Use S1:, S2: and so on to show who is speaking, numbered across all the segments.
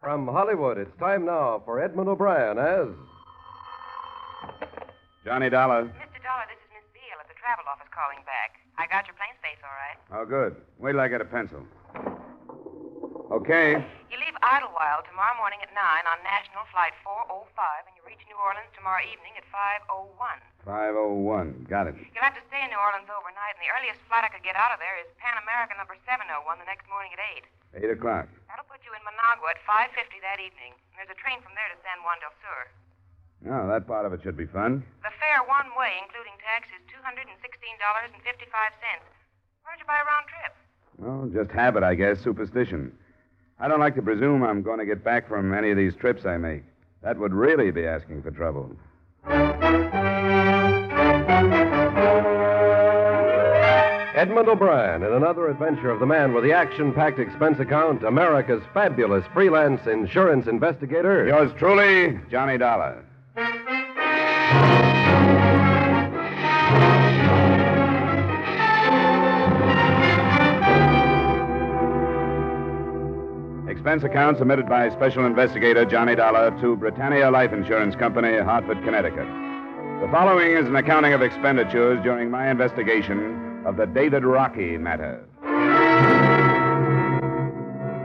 S1: From Hollywood, it's time now for Edmund O'Brien as.
S2: Johnny Dollar.
S3: Mr. Dollar, this is Miss Beale at the travel office calling back. I got your plane space all right.
S2: Oh, good. Wait till I get a pencil. Okay.
S3: You leave Idlewild tomorrow morning at 9 on National Flight 405, and you reach New Orleans tomorrow evening at 5.01.
S2: 501. Got it.
S3: You'll have to stay in New Orleans overnight, and the earliest flight I could get out of there is Pan America number 701 the next morning at 8.
S2: 8 o'clock.
S3: That'll put you in Managua at 5.50 that evening. And there's a train from there to San Juan del Sur.
S2: Oh, that part of it should be fun.
S3: The fare one way, including tax, is $216.55. Where'd you buy a round trip?
S2: Well, just habit, I guess, superstition. I don't like to presume I'm going to get back from any of these trips I make. That would really be asking for trouble.
S1: Edmund O'Brien in another adventure of the man with the action packed expense account, America's fabulous freelance insurance investigator.
S2: Yours truly, Johnny Dollar. Expense account submitted by Special Investigator Johnny Dollar to Britannia Life Insurance Company, Hartford, Connecticut. The following is an accounting of expenditures during my investigation of the David Rocky matter.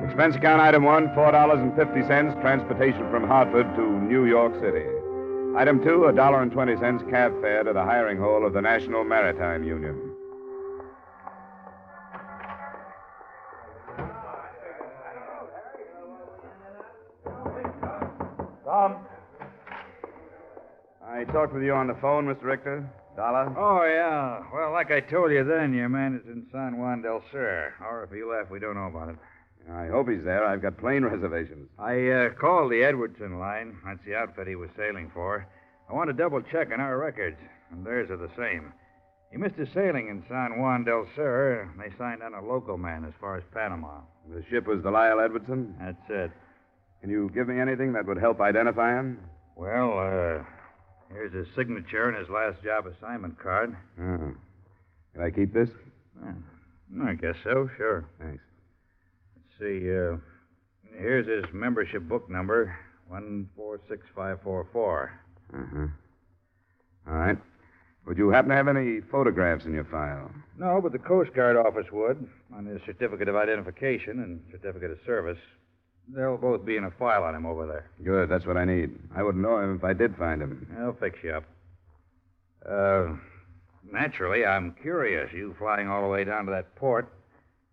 S2: Expense account item one, $4.50, transportation from Hartford to New York City. Item two, $1.20 cab fare to the hiring hall of the National Maritime Union.
S4: Tom.
S2: I talked with you on the phone, Mr. Richter. Dollar?
S4: Oh, yeah. Well, like I told you then, your man is in San Juan del Sur. Or if he left, we don't know about it.
S2: I hope he's there. I've got plane reservations.
S4: I uh, called the Edwardson line. That's the outfit he was sailing for. I want to double check on our records, and theirs are the same. He missed his sailing in San Juan del Sur, and they signed on a local man as far as Panama.
S2: The ship was the Lyle Edwardson.
S4: That's it.
S2: Can you give me anything that would help identify him?
S4: Well, uh, here's his signature and his last job assignment card.
S2: Oh. Can I keep this?
S4: I guess so, sure.
S2: Thanks.
S4: Let's see, uh, here's his membership book number 146544.
S2: Uh-huh. All right. Would you happen to have any photographs in your file?
S4: No, but the Coast Guard office would, on his certificate of identification and certificate of service. They'll both be in a file on him over there.
S2: Good, that's what I need. I wouldn't know him if I did find him.
S4: They'll fix you up. Uh, naturally, I'm curious. You flying all the way down to that port.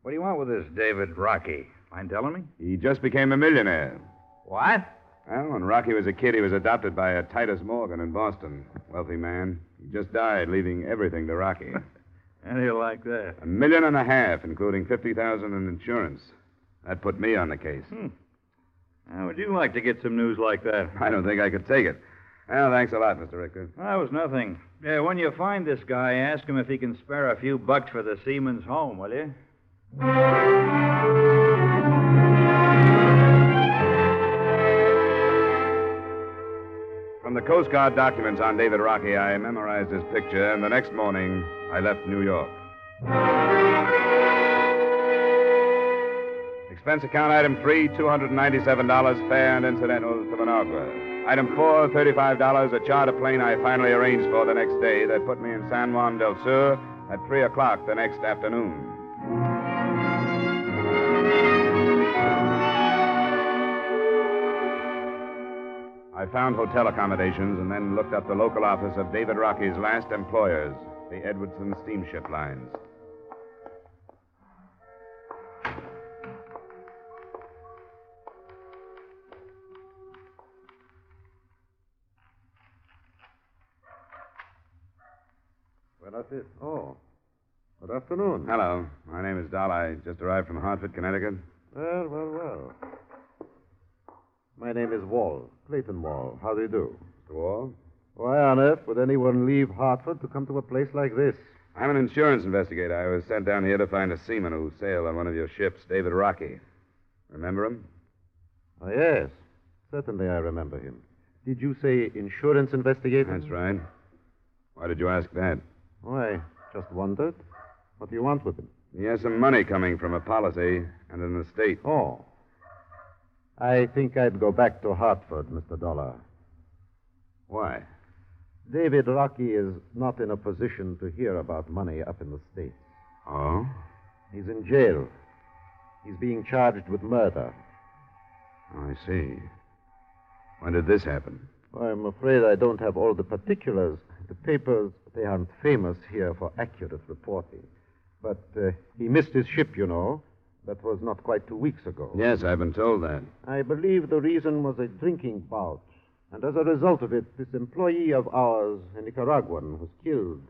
S4: What do you want with this David Rocky? Mind telling me?
S2: He just became a millionaire.
S4: What?
S2: Well, when Rocky was a kid, he was adopted by a Titus Morgan in Boston. Wealthy man. He just died, leaving everything to Rocky.
S4: And he'll like that.
S2: a million and a half, including 50000 in insurance. That put me on the case.
S4: How would you like to get some news like that?
S2: I don't think I could take it. Well, thanks a lot, Mr. Richter.
S4: Well, that was nothing. Yeah, when you find this guy, ask him if he can spare a few bucks for the seaman's home, will you?
S2: From the Coast Guard documents on David Rocky, I memorized his picture, and the next morning, I left New York. Expense account item three, $297 fare and incidentals to Managua. Item four, $35, a charter plane I finally arranged for the next day that put me in San Juan del Sur at 3 o'clock the next afternoon. I found hotel accommodations and then looked up the local office of David Rocky's last employers, the Edwardson Steamship Lines.
S1: Well, that's it. Oh. Good afternoon.
S2: Hello, my name is Dollar. I just arrived from Hartford, Connecticut.
S1: Well, well, well. My name is Wall, Clayton Wall. How do you do?
S2: Mr. Wall?
S1: Why on earth would anyone leave Hartford to come to a place like this?
S2: I'm an insurance investigator. I was sent down here to find a seaman who sailed on one of your ships, David Rocky. Remember him? Oh,
S1: Ah, yes, certainly I remember him. Did you say insurance investigator?
S2: That's right. Why did you ask that?
S1: Why, just wondered. What do you want with him?
S2: Oh. He has some money coming from a policy and an estate.
S1: Oh. I think I'd go back to Hartford, Mr. Dollar.
S2: Why?
S1: David Rocky is not in a position to hear about money up in the States.
S2: Oh?
S1: He's in jail. He's being charged with murder.
S2: I see. When did this happen?
S1: I'm afraid I don't have all the particulars. The papers, they aren't famous here for accurate reporting. But uh, he missed his ship, you know. That was not quite two weeks ago.
S2: Yes, I've been told that.
S1: I believe the reason was a drinking bout. And as a result of it, this employee of ours, a Nicaraguan, was killed.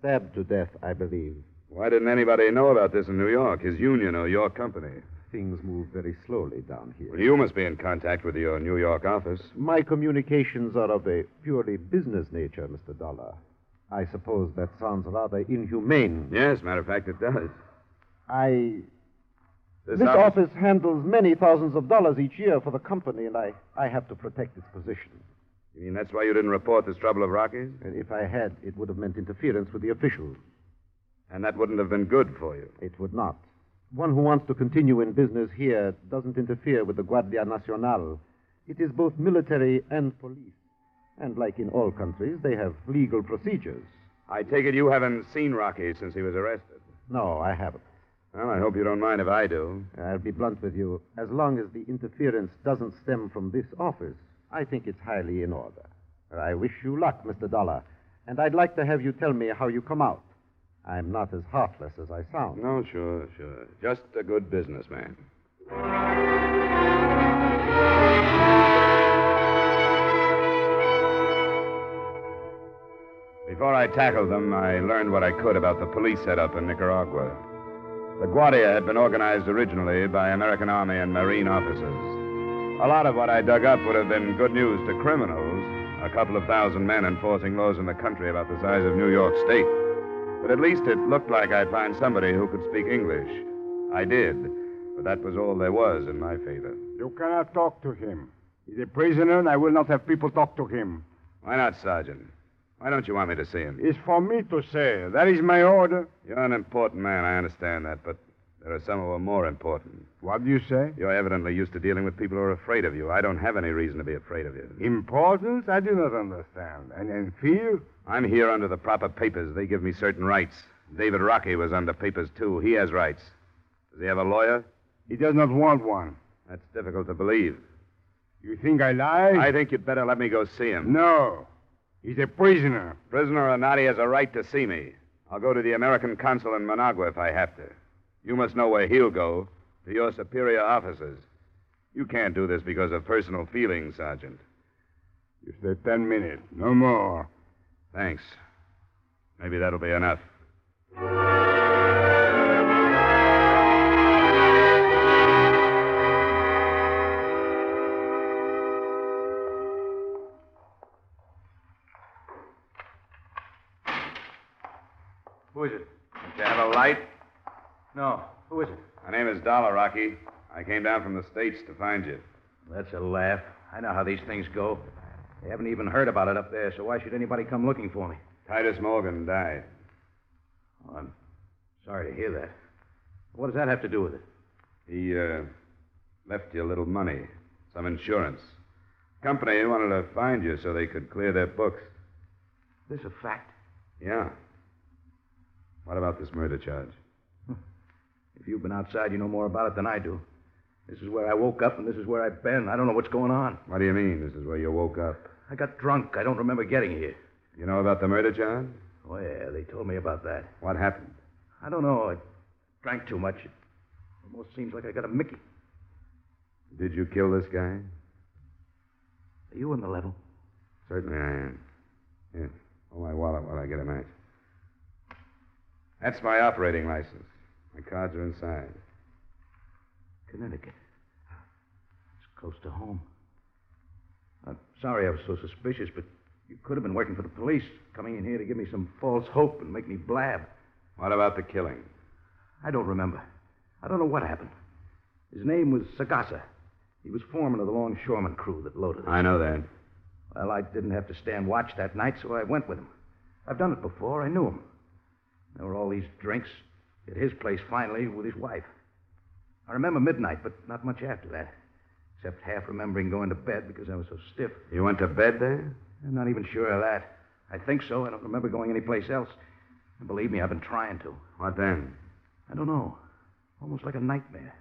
S1: Stabbed to death, I believe.
S2: Why didn't anybody know about this in New York, his union or your company?
S1: Things move very slowly down here.
S2: Well, you must be in contact with your New York office.
S1: My communications are of a purely business nature, Mr. Dollar. I suppose that sounds rather inhumane.
S2: Yes, matter of fact, it does.
S1: I.
S2: This
S1: This office handles many thousands of dollars each year for the company, and I, I have to protect its position.
S2: You mean that's why you didn't report this trouble of Rockies?
S1: And if I had, it would have meant interference with the officials.
S2: And that wouldn't have been good for you.
S1: It would not. One who wants to continue in business here doesn't interfere with the Guardia Nacional. It is both military and police. And like in all countries, they have legal procedures.
S2: I take it you haven't seen Rocky since he was arrested.
S1: No, I haven't.
S2: Well, I hope you don't mind if I do.
S1: I'll be blunt with you. As long as the interference doesn't stem from this office, I think it's highly in order. I wish you luck, Mr. Dollar. And I'd like to have you tell me how you come out. I'm not as heartless as I sound.
S2: No, sure, sure. Just a good businessman. Before I tackled them, I learned what I could about the police setup in Nicaragua. The Guardia had been organized originally by American Army and Marine officers. A lot of what I dug up would have been good news to criminals, a couple of thousand men enforcing laws in the country about the size of New York State. But at least it looked like I'd find somebody who could speak English. I did, but that was all there was in my favor.
S5: You cannot talk to him. He's a prisoner, and I will not have people talk to him.
S2: Why not, Sergeant? Why don't you want me to see him?
S5: It's for me to say. That is my order.
S2: You're an important man, I understand that, but there are some who are more important.
S5: What do you say?
S2: You're evidently used to dealing with people who are afraid of you. I don't have any reason to be afraid of you.
S5: Importance? I do not understand. And, and fear?
S2: I'm here under the proper papers. They give me certain rights. David Rocky was under papers, too. He has rights. Does he have a lawyer?
S5: He does not want one.
S2: That's difficult to believe.
S5: You think I lie?
S2: I think you'd better let me go see him.
S5: No. He's a prisoner.
S2: Prisoner or not, he has a right to see me. I'll go to the American consul in Managua if I have to. You must know where he'll go to your superior officers. You can't do this because of personal feelings, Sergeant.
S5: You say ten minutes. No more.
S2: Thanks. Maybe that'll be enough.
S4: Who is it?
S2: Don't you have a light?
S4: No. Who is it?
S2: My name is Dollar, Rocky. I came down from the States to find you.
S4: That's a laugh. I know how these things go. They haven't even heard about it up there, so why should anybody come looking for me?
S2: Titus Morgan died.
S4: Oh, I'm sorry to hear that. What does that have to do with it?
S2: He uh, left you a little money, some insurance. Company wanted to find you so they could clear their books.
S4: This a fact?
S2: Yeah. What about this murder charge?
S4: If you've been outside, you know more about it than I do. This is where I woke up, and this is where I've been. I don't know what's going on.
S2: What do you mean? This is where you woke up.
S4: I got drunk. I don't remember getting here.
S2: You know about the murder charge?
S4: Oh, yeah, they told me about that.
S2: What happened?
S4: I don't know. I drank too much. It almost seems like I got a Mickey.
S2: Did you kill this guy?
S4: Are you on the level?
S2: Certainly I am. Here, hold my wallet while I get a match. That's my operating license. My cards are inside.
S4: Connecticut. It's close to home. I'm sorry I was so suspicious, but you could have been working for the police, coming in here to give me some false hope and make me blab.
S2: What about the killing?
S4: I don't remember. I don't know what happened. His name was Sagasa. He was foreman of the longshoreman crew that loaded us.
S2: I know that.
S4: Well, I didn't have to stand watch that night, so I went with him. I've done it before. I knew him. There were all these drinks at his place finally with his wife. I remember midnight, but not much after that. except half remembering going to bed because I was so stiff.
S2: You went to bed there?
S4: I'm not even sure of that. I think so. I don't remember going anyplace else. And believe me, I've been trying to.
S2: What then?
S4: I don't know. Almost like a nightmare.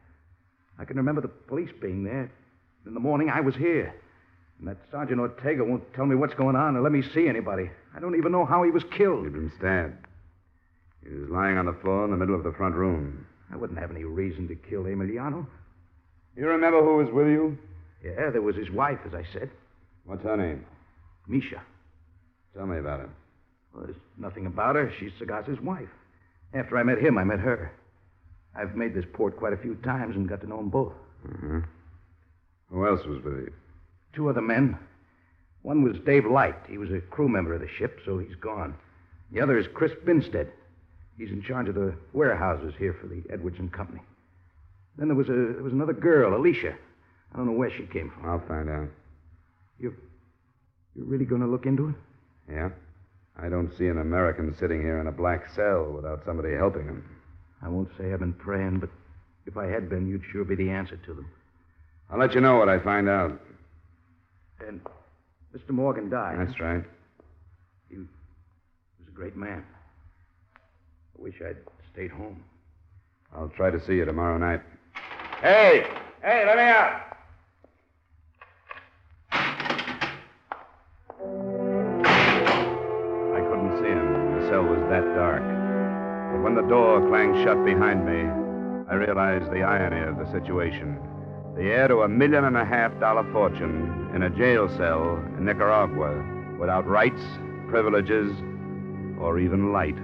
S4: I can remember the police being there. In the morning, I was here. And that Sergeant Ortega won't tell me what's going on or let me see anybody. I don't even know how he was killed.
S2: You'd been stabbed. He was lying on the floor in the middle of the front room.
S4: I wouldn't have any reason to kill Emiliano.
S2: You remember who was with you?
S4: Yeah, there was his wife, as I said,
S2: What's her name?
S4: Misha.
S2: Tell me about her.
S4: Well, there's nothing about her. She's Sagas's wife. After I met him, I met her. I've made this port quite a few times and got to know them both.
S2: Who else was with you?
S4: Two other men. One was Dave Light. He was a crew member of the ship, so he's gone. The other is Chris Binstead. He's in charge of the warehouses here for the Edwards and Company. Then there was a there was another girl, Alicia. I don't know where she came from.
S2: I'll find out.
S4: You you're really going to look into it?
S2: Yeah? I don't see an American sitting here in a black cell without somebody helping him.
S4: I won't say I've been praying, but if I had been, you'd sure be the answer to them.
S2: I'll let you know what I find out.
S4: And Mr. Morgan died.
S2: That's right.
S4: He was a great man. I wish I'd stayed home.
S2: I'll try to see you tomorrow night. Hey! Hey, let me out! I couldn't see him. The cell was that dark. But when the door clanged shut behind me, I realized the irony of the situation. The heir to a million and a half dollar fortune in a jail cell in Nicaragua without rights, privileges, or even light.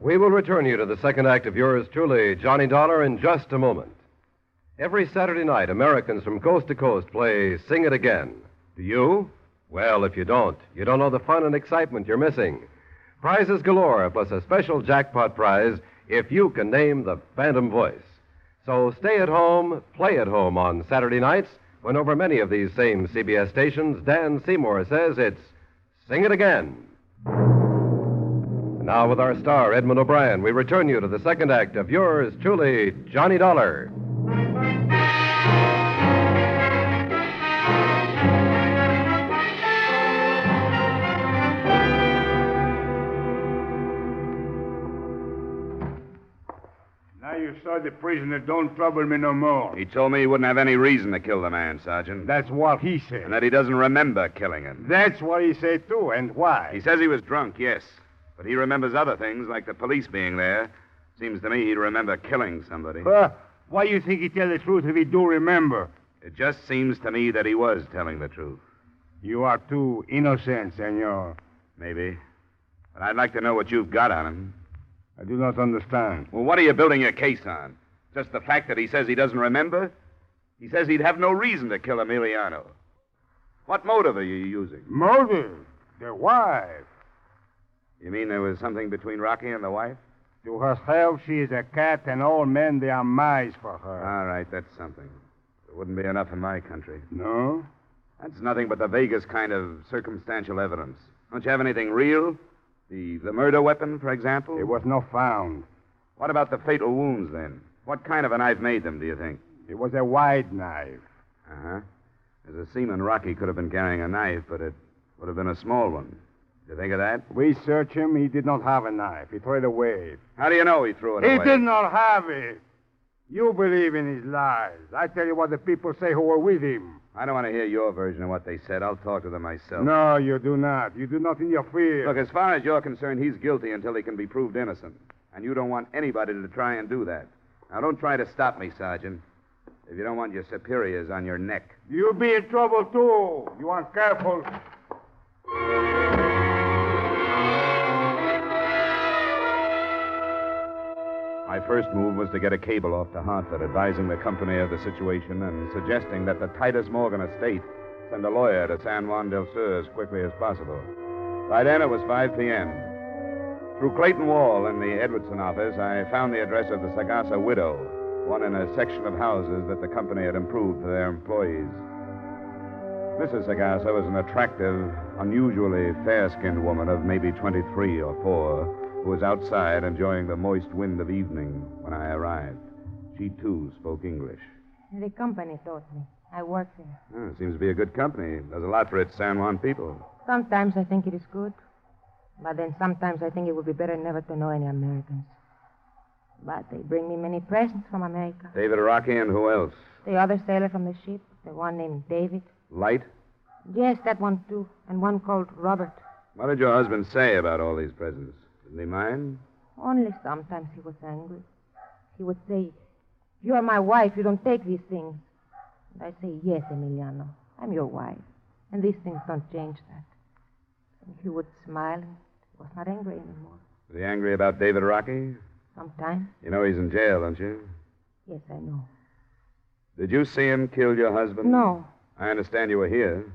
S1: We will return you to the second act of yours truly, Johnny Dollar, in just a moment. Every Saturday night, Americans from coast to coast play Sing It Again. Do you? Well, if you don't, you don't know the fun and excitement you're missing. Prizes galore, plus a special jackpot prize if you can name the phantom voice. So stay at home, play at home on Saturday nights when over many of these same CBS stations, Dan Seymour says it's Sing It Again. Now, with our star, Edmund O'Brien, we return you to the second act of yours truly, Johnny Dollar.
S6: Now you saw the prisoner. Don't trouble me no more.
S2: He told me he wouldn't have any reason to kill the man, Sergeant.
S6: That's what he said.
S2: And that he doesn't remember killing him.
S6: That's what he said, too, and why.
S2: He says he was drunk, yes. But he remembers other things, like the police being there. Seems to me he'd remember killing somebody.
S1: Ah!
S6: Uh, why you think he tell the truth if he do remember?
S2: It just seems to me that he was telling the truth.
S6: You are too innocent, senor.
S2: Maybe. But I'd like to know what you've got on him.
S6: I do not understand.
S2: Well, what are you building your case on? Just the fact that he says he doesn't remember? He says he'd have no reason to kill Emiliano. What motive are you using?
S6: Motive. The wife.
S2: You mean there was something between Rocky and the wife?
S6: To herself, she is a cat, and all men, they are mice for her.
S2: All right, that's something. It wouldn't be enough in my country.
S6: no?
S2: That's nothing but the vaguest kind of circumstantial evidence. Don't you have anything real? The, the murder weapon, for example?
S6: It was not found.
S2: What about the fatal wounds, then? What kind of a knife made them, do you think?
S6: It was a wide knife.
S2: Uh huh. As a seaman, Rocky could have been carrying a knife, but it would have been a small one. Did you think of that?
S6: We search him. He did not have a knife. He threw it away.
S2: How do you know he threw it
S6: He
S2: away?
S6: did not have it. You believe in his lies. I tell you what the people say who were with him.
S2: I don't want to hear your version of what they said. I'll talk to them myself.
S6: No, you do not. You do not in your fear.
S2: Look, as far as you're concerned, he's guilty until he can be proved innocent. And you don't want anybody to try and do that. Now, don't try to stop me, Sergeant, if you don't want your superiors on your neck.
S6: You'll be in trouble, too. You are careful.
S2: My first move was to get a cable off to Hartford advising the company of the situation and suggesting that the Titus Morgan estate send a lawyer to San Juan del Sur as quickly as possible. By then it was 5 p.m. Through Clayton Wall in the Edwardson office, I found the address of the Sagasa widow, one in a section of houses that the company had improved for their employees. Mrs. Sagasa was an attractive, unusually fair skinned woman of maybe 23 or 4 who was outside enjoying the moist wind of evening when I arrived. She, too, spoke English.
S7: The company taught me. I work there.
S2: Oh, seems to be a good company. Does a lot for its San Juan people.
S7: Sometimes I think it is good, but then sometimes I think it would be better never to know any Americans. But they bring me many presents from America.
S2: David Rocky and who else?
S7: The other sailor from the ship, the one named David.
S2: Light?
S7: Yes, that one too, and one called Robert.
S2: What did your husband say about all these presents? Didn't he mind?
S7: Only sometimes he was angry. He would say, You are my wife, you don't take these things. And I say, Yes, Emiliano, I'm your wife, and these things don't change that. And he would smile and was not angry anymore.
S2: Was he angry about David Rocky?
S7: Sometimes,
S2: You know he's in jail, don't you?
S7: yes, I know.
S2: Did you see him kill your husband?
S7: No,
S2: I understand you were here.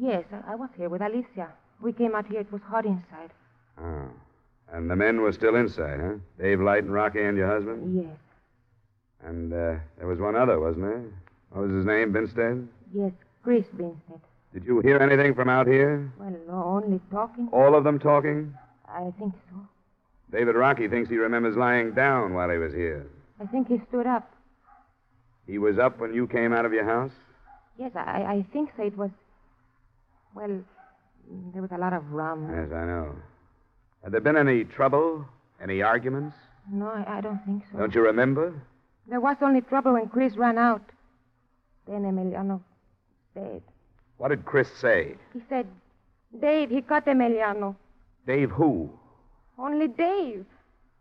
S7: yes, I, I was here with Alicia. We came out here, it was hot inside.
S2: Oh. And the men were still inside, huh? Dave Light and Rocky and your husband?
S7: Yes,
S2: And uh, there was one other, wasn't there? What was his name, Binstead?
S7: yes, Chris Binstead.
S2: Did you hear anything from out here?
S7: Well, only talking.
S2: All of them talking?
S7: I think so.
S2: David Rocky thinks he remembers lying down while he was here.
S7: I think he stood up.
S2: He was up when you came out of your house?
S7: Yes, I, I think so. It was. Well, there was a lot of rum.
S2: Yes, I know. Had there been any trouble? Any arguments?
S7: No, I, I don't think so.
S2: Don't you remember?
S7: There was only trouble when Chris ran out. Then Emiliano said.
S2: What did Chris say?
S7: He said, Dave, he cut Emiliano.
S2: Dave who?
S7: Only Dave.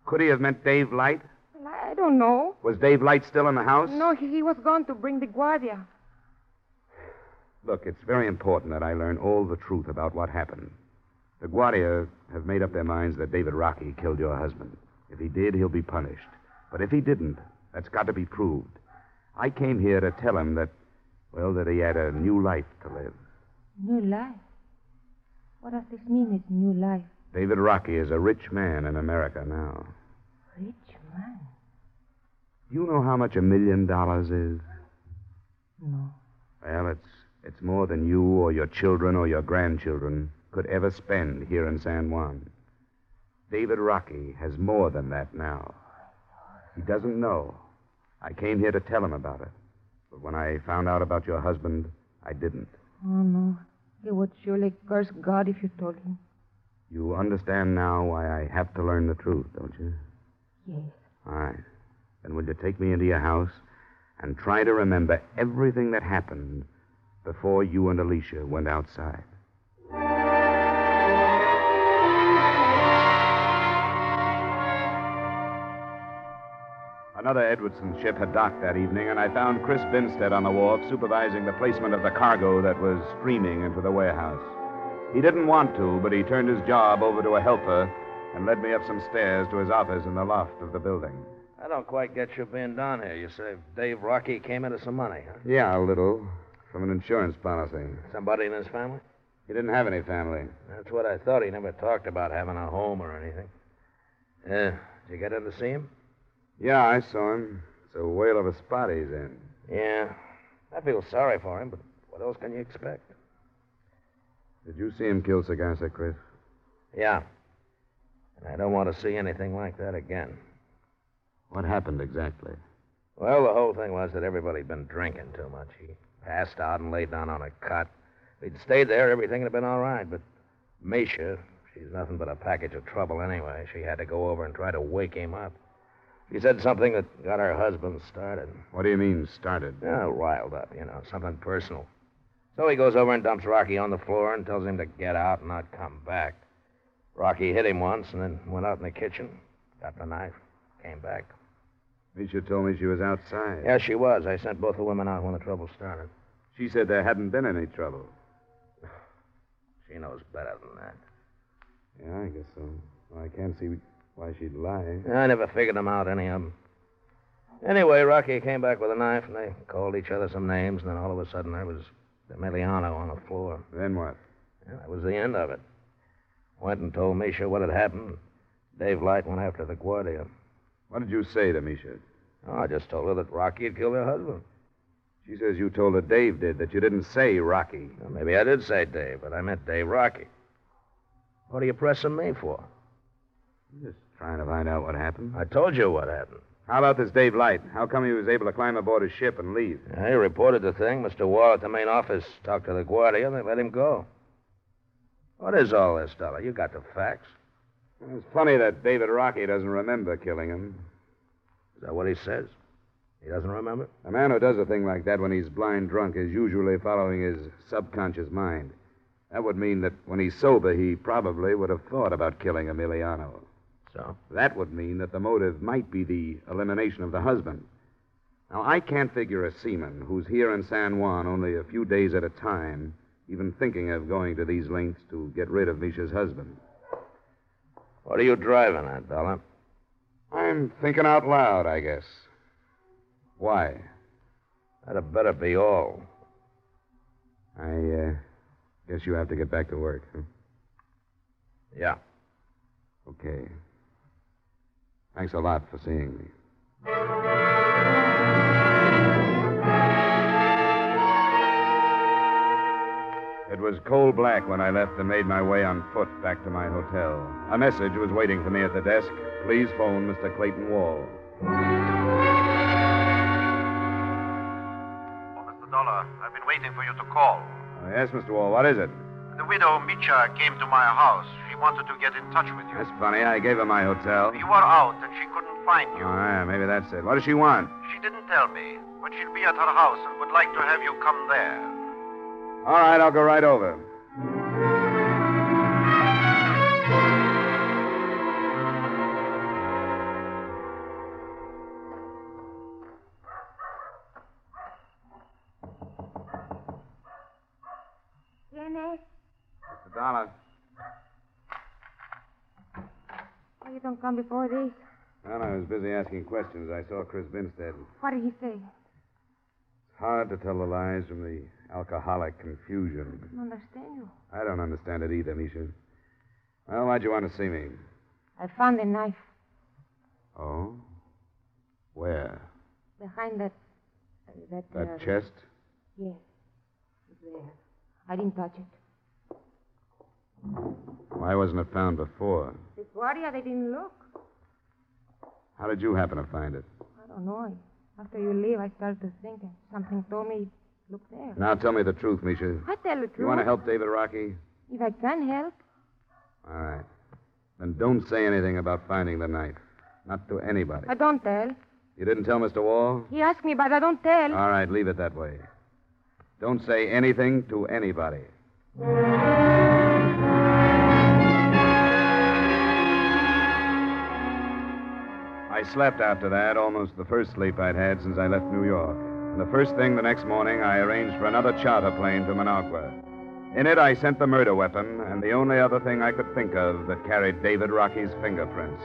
S2: Could he have meant Dave Light?
S7: Well, I I don't know.
S2: Was Dave Light still in the house?
S7: No, he, he was gone to bring the guardia.
S2: Look, it's very important that I learn all the truth about what happened. The Guardia have made up their minds that David Rocky killed your husband. If he did, he'll be punished. But if he didn't, that's got to be proved. I came here to tell him that, well, that he had a new life to live.
S7: New life. What does this mean, this new life?
S2: David Rocky is a rich man in America now.
S7: Rich man?
S2: Do you know how much a million dollars is?
S7: No.
S2: Well, it's it's more than you or your children or your grandchildren could ever spend here in San Juan. David Rocky has more than that now. He doesn't know. I came here to tell him about it. But when I found out about your husband, I didn't.
S7: Oh, no. He would surely curse God if you told him.
S2: You understand now why I have to learn the truth, don't you?
S7: Yes.
S2: All right. Then will you take me into your house and try to remember everything that happened before you and Alicia went outside? Another Edwardson ship had docked that evening, and I found Chris Binstead on the wharf supervising the placement of the cargo that was streaming into the warehouse. He didn't want to, but he turned his job over to a helper and led me up some stairs to his office in the loft of the building.
S4: I don't quite get you being down here. You say Dave Rocky came into some money, huh?
S2: Yeah, a little. From an insurance policy.
S4: Somebody in his family?
S2: He didn't have any family.
S4: That's what I thought. He never talked about having a home or anything. Yeah. Did you get in to see him?
S2: Yeah, I saw him. It's a whale of a spot he's in.
S4: Yeah. I feel sorry for him, but what else can you expect?
S2: Did you see him kill Sagasa, Chris?
S4: Yeah. And I don't want to see anything like that again.
S2: What happened exactly?
S4: Well, the whole thing was that everybody'd been drinking too much. He passed out and lay down on a cot. If he'd stayed there, everything would have been all right. But Misha, she's nothing but a package of trouble anyway. She had to go over and try to wake him up. She said something that got her husband started.
S2: What do you mean, started?
S4: Yeah, riled up, you know, something personal. So he goes over and dumps Rocky on the floor and tells him to get out and not come back. Rocky hit him once and then went out in the kitchen, got the knife, came back.
S2: Misha told me she was outside.
S4: Yeah, she was. I sent both the women out when the trouble started.
S2: She said there hadn't been any trouble.
S4: She knows better than that.
S2: Yeah, I guess so. Well, I can't see why she'd lie.
S4: I never figured them out, any of them. Anyway, Rocky came back with a knife, and they called each other some names, and then all of a sudden there was Emiliano on the floor.
S2: Then what?
S4: Yeah, that was the end of it. Went and told Misha what had happened. Dave Light went after the Guardia.
S2: What did you say to Misha?
S4: Oh, I just told her that Rocky had killed her husband.
S2: She says you told her Dave did, that you didn't say Rocky.
S4: Well, maybe I did say Dave, but I meant Dave Rocky. What are you pressing me for?
S2: Just trying to find out what happened.
S4: I told you what happened.
S2: How about this Dave Light? How come he was able to climb aboard his ship and leave?
S4: I reported the thing. Mr. Wall at the main office talked to the Guardia, and they let him go. What is all this, Dollar? You got the facts.
S2: It's funny that David Rocky doesn't remember killing him.
S4: Is that what he says? He doesn't remember?
S2: A man who does a thing like that when he's blind drunk is usually following his subconscious mind. That would mean that when he's sober, he probably would have thought about killing Emiliano.
S4: So?
S2: That would mean that the motive might be the elimination of the husband. Now, I can't figure a seaman who's here in San Juan only a few days at a time, even thinking of going to these lengths to get rid of Misha's husband.
S4: What are you driving at, Dollar?
S2: I'm thinking out loud, I guess. Why?
S4: That'd better be all.
S2: I uh, guess you have to get back to work. huh?
S4: Yeah.
S2: Okay. Thanks a lot for seeing me. It was coal black when I left and made my way on foot back to my hotel. A message was waiting for me at the desk. Please phone Mr. Clayton Wall.
S1: Oh, Mr. Dollar, I've been waiting for you to call.
S2: Uh, yes, Mr. Wall, what is it?
S1: The widow Micha came to my house. She wanted to get in touch with you.
S2: That's funny. I gave her my hotel.
S1: You were out and she couldn't find
S2: Oh,
S1: you.
S2: yeah, maybe that's it. What does she want?
S1: She didn't tell me, but she'll be at her house and would like to have you come there.
S2: All right, I'll go right over.
S7: Dennis?
S2: Mr. Dollar.
S7: Oh, you don't come before this?
S2: Well, I was busy asking questions. I saw Chris Binstead.
S7: What did he say?
S2: Hard to tell the lies from the alcoholic confusion.
S7: I don't understand you.
S2: I don't understand it either, Misha. Well, why'd you want to see me?
S7: I found the knife
S2: Oh? Where?
S7: behind that. Uh, that.
S2: That
S7: uh,
S2: chest?
S7: Yes. It's There. I didn't touch it.
S2: Why wasn't it found before?
S7: The guardia, they didn't look.
S2: How did you happen to find it?
S7: I don't know. After you leave, I started to think, and something told me, look there.
S2: Now tell me the truth, Misha.
S7: I tell the truth.
S2: Mm. You want to help David Rocky?
S7: If I can help,
S2: All right. Then don't say anything about finding the knife. Not to anybody.
S7: I don't tell.
S2: You didn't tell Mr. Wall?
S7: He asked me, but I don't tell.
S2: All right, leave it that way. Don't say anything to anybody. I slept after that, almost the first sleep I'd had since I left New York. And the first thing the next morning, I arranged for another charter plane to Managua. In it, I sent the murder weapon and the only other thing I could think of that carried David Rocky's fingerprints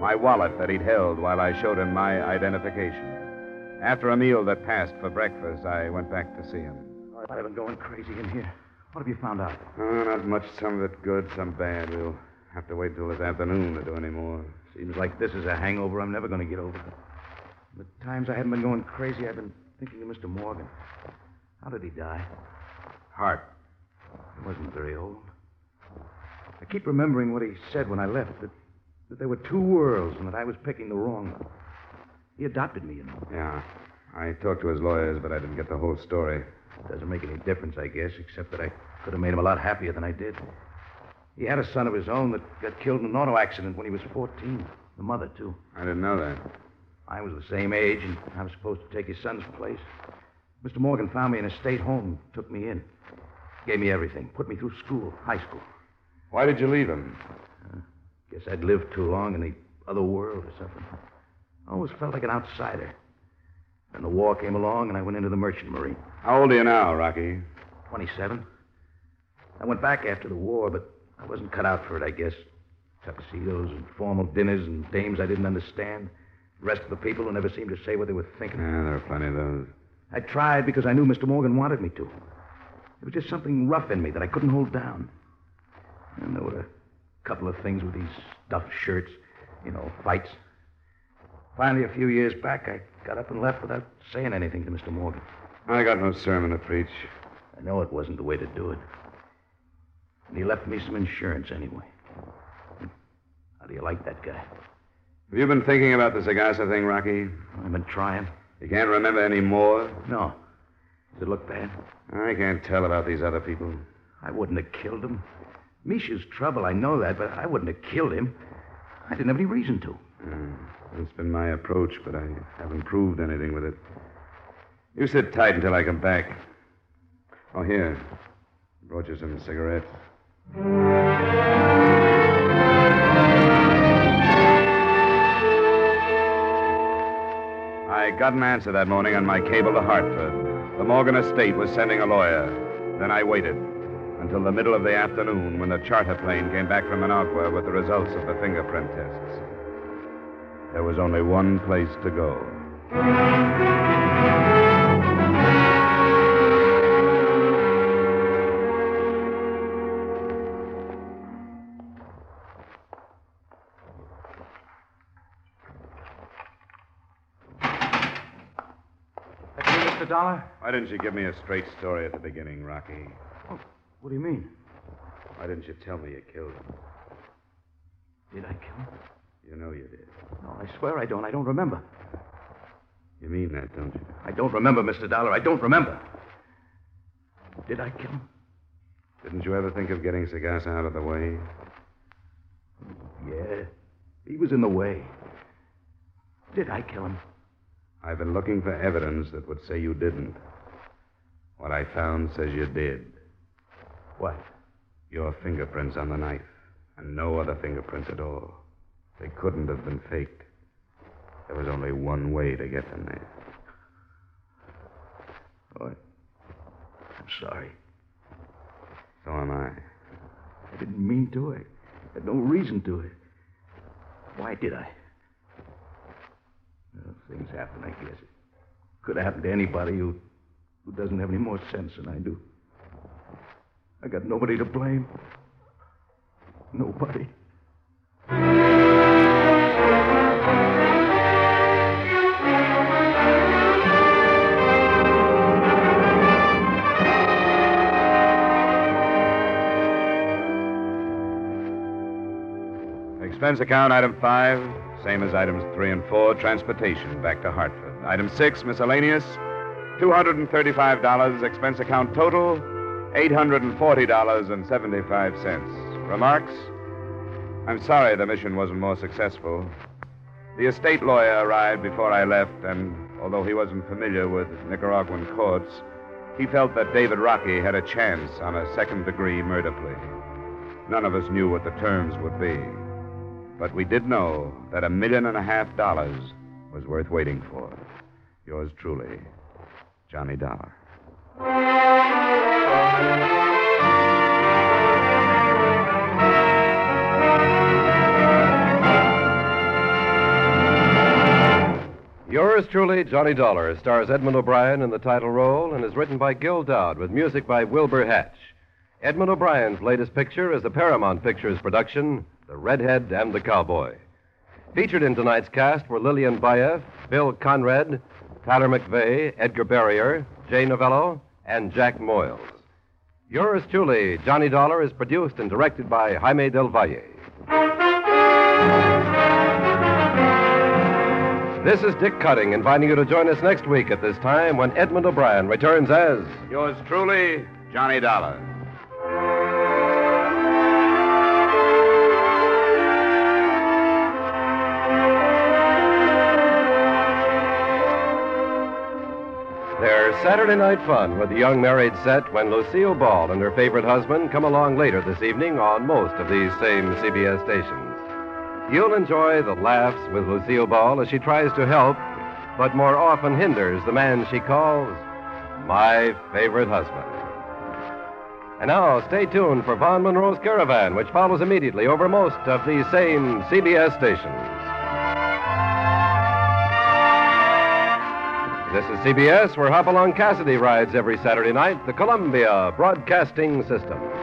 S2: my wallet that he'd held while I showed him my identification. After a meal that passed for breakfast, I went back to see him.
S4: All right, I've been going crazy in here. What have you found out?
S2: Oh, not much, some of it good, some bad. We'll have to wait till this afternoon to do any more.
S4: Seems like this is a hangover I'm never going to get over. The times I haven't been going crazy, I've been thinking of Mr. Morgan. How did he die? Heart. He wasn't very old. I keep remembering what he said when I left that, that there were two worlds and that I was picking the wrong one. He adopted me, you know.
S2: Yeah. I talked to his lawyers, but I didn't get the whole story.
S4: Doesn't make any difference, I guess, except that I could have made him a lot happier than I did. He had a son of his own that got killed in an auto accident when he was 14. The mother, too.
S2: I didn't know that.
S4: I was the same age, and I was supposed to take his son's place. Mr. Morgan found me in a state home, took me in, gave me everything, put me through school, high school.
S2: Why did you leave him?
S4: Guess I'd lived too long in the other world or something. I always felt like an outsider. Then the war came along, and I went into the merchant marine.
S2: How old are you now, Rocky?
S4: 27. I went back after the war, but I wasn't cut out for it, I guess. Tuxedos and formal dinners and dames I didn't understand. The rest of the people who never seemed to say what they were
S2: Yeah,
S4: thinking.
S2: there are plenty of those.
S4: I tried because I knew Mr. Morgan wanted me to. There was just something rough in me that I couldn't hold down. And there were a couple of things with these stuffed shirts, you know, fights. Finally, a few years back, I got up and left without saying anything to Mr. Morgan.
S2: I got no sermon to preach.
S8: I know it wasn't the way to do it. And he left me some insurance anyway. How do you like that guy?
S2: Have you been thinking about the Sagasa thing, Rocky?
S8: I've been trying.
S2: You can't remember any more?
S8: No. Does it look bad?
S2: I can't tell about these other people.
S8: I wouldn't have killed him. Misha's trouble, I know that, but I wouldn't have killed him. I didn't have any reason to.
S2: Uh, it's been my approach, but I haven't proved anything with it. You sit tight until I come back. Oh, here. Brought you some cigarettes. I got an answer that morning on my cable to Hartford. The Morgan estate was sending a lawyer. Then I waited until the middle of the afternoon when the charter plane came back from Managua with the results of the fingerprint tests. There was only one place to go.
S8: That's you, Mr. Dollar?
S2: Why didn't you give me a straight story at the beginning, Rocky?
S8: What do you mean?
S2: Why didn't you tell me you killed him?
S8: Did I kill him?
S2: You know you did.
S8: No, I swear I don't. I don't remember.
S2: You mean that, don't you?
S8: I don't remember, Mr. Dollar. I don't remember. Did I kill him?
S2: Didn't you ever think of getting Sagasa out of the way?
S8: Yeah. He was in the way. Did I kill him?
S2: I've been looking for evidence that would say you didn't. What I found says you did.
S8: What?
S2: Your fingerprints on the knife, and no other fingerprints at all. They couldn't have been faked. There was only one way to get them there.
S8: Oh, I'm sorry.
S2: So am I.
S8: I didn't mean to. I had no reason to. Why did I? Well, things happen, I guess. It could have happened to anybody who, who doesn't have any more sense than I do. I got nobody to blame. Nobody.
S2: Expense account, item five, same as items three and four, transportation back to Hartford. Item six, miscellaneous, $235. Expense account total, $840.75. Remarks? I'm sorry the mission wasn't more successful. The estate lawyer arrived before I left, and although he wasn't familiar with Nicaraguan courts, he felt that David Rocky had a chance on a second degree murder plea. None of us knew what the terms would be. But we did know that a million and a half dollars was worth waiting for. Yours truly, Johnny Dollar.
S1: Yours truly, Johnny Dollar, stars Edmund O'Brien in the title role and is written by Gil Dowd with music by Wilbur Hatch. Edmund O'Brien's latest picture is a Paramount Pictures production, The Redhead and the Cowboy. Featured in tonight's cast were Lillian Baeff, Bill Conrad, Tyler McVeigh, Edgar Barrier, Jay Novello, and Jack Moyles. Yours truly, Johnny Dollar, is produced and directed by Jaime Del Valle. This is Dick Cutting inviting you to join us next week at this time when Edmund O'Brien returns as.
S2: Yours truly, Johnny Dollar.
S1: Their Saturday night fun with the young married set when Lucille Ball and her favorite husband come along later this evening on most of these same CBS stations. You'll enjoy the laughs with Lucille Ball as she tries to help, but more often hinders the man she calls my favorite husband. And now, stay tuned for Von Monroe's Caravan, which follows immediately over most of these same CBS stations. This is CBS, where Hopalong Cassidy rides every Saturday night, the Columbia Broadcasting System.